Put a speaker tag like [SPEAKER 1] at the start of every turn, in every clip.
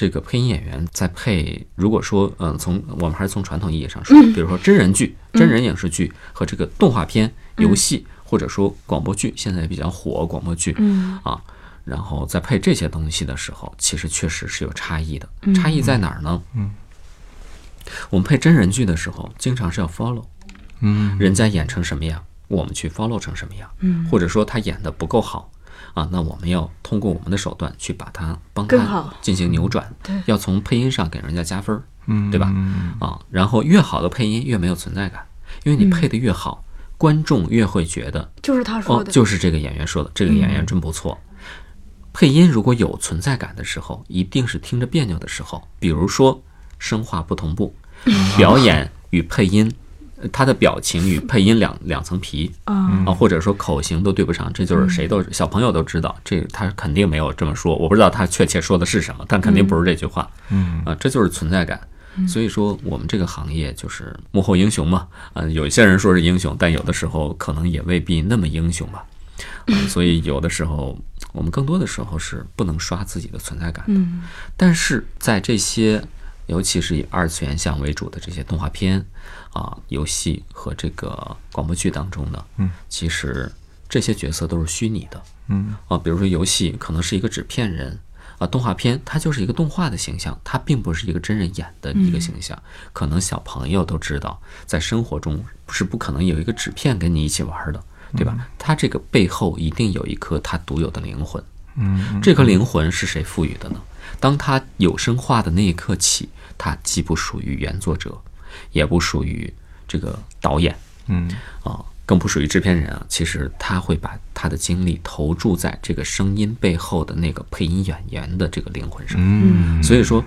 [SPEAKER 1] 这个配音演员在配，如果说嗯，从我们还是从传统意义上说，比如说真人剧、真人影视剧和这个动画片、游戏，或者说广播剧，现在也比较火广播剧
[SPEAKER 2] 嗯
[SPEAKER 1] 啊，然后在配这些东西的时候，其实确实是有差异的。差异在哪儿呢？
[SPEAKER 3] 嗯，
[SPEAKER 1] 我们配真人剧的时候，经常是要 follow
[SPEAKER 3] 嗯
[SPEAKER 1] 人家演成什么样，我们去 follow 成什么样，
[SPEAKER 2] 嗯，
[SPEAKER 1] 或者说他演的不够好啊，那我们要通过我们的手段去把他帮
[SPEAKER 2] 更
[SPEAKER 1] 他
[SPEAKER 2] 好
[SPEAKER 1] 进行扭转
[SPEAKER 2] 对，
[SPEAKER 1] 要从配音上给人家加分儿
[SPEAKER 3] 嗯，
[SPEAKER 1] 对吧
[SPEAKER 3] 嗯
[SPEAKER 1] 啊，然后越好的配音越没有存在感，因为你配的越好，观众越会觉得
[SPEAKER 2] 就是他
[SPEAKER 1] 哦
[SPEAKER 2] 嗯说，的，
[SPEAKER 1] 就是这个演员说的，这个演员真不错。配音如果有存在感的时候，一定是听着别扭的时候，比如说声画不同步，
[SPEAKER 2] 嗯
[SPEAKER 1] 表演与配音，呃他的表情与配音两两层皮
[SPEAKER 2] 嗯
[SPEAKER 1] 啊，或者说口型都对不上，这就是谁都小朋友都知道，这他肯定没有这么说，我不知道他确切说的是什么，但肯定不是这句话。
[SPEAKER 3] 嗯
[SPEAKER 1] 啊，这就是存在感。所以说，我们这个行业就是幕后英雄嘛。嗯、有一些人说是英雄，但有的时候可能也未必那么英雄吧。啊，所以有的时候，我们更多的时候是不能刷自己的存在感。
[SPEAKER 2] 嗯
[SPEAKER 1] 但是在这些，尤其是以二次元向为主的这些动画片、啊游戏和这个广播剧当中呢，
[SPEAKER 3] 嗯，
[SPEAKER 1] 其实这些角色都是虚拟的
[SPEAKER 3] 嗯
[SPEAKER 1] 啊。比如说游戏可能是一个纸片人啊，动画片它就是一个动画的形象，它并不是一个真人演的
[SPEAKER 3] 嗯
[SPEAKER 1] 一个形象。可能小朋友都知道，在生活中是不可能有一个纸片跟你一起玩的。对
[SPEAKER 3] 嗯
[SPEAKER 1] 吧？它这个背后一定有一颗它独有的灵魂，
[SPEAKER 3] 嗯
[SPEAKER 1] 这颗灵魂是谁赋予的呢？当它有声化的那一刻起，它既不属于原作者，也不属于这个导演
[SPEAKER 3] 嗯
[SPEAKER 1] 啊，更不属于制片人啊。其实他会把他的精力投注在这个声音背后的那个配音演员的这个灵魂上。
[SPEAKER 3] 嗯，
[SPEAKER 1] 所以说，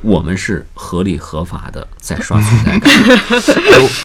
[SPEAKER 1] 我们是合理合法的在刷存在感。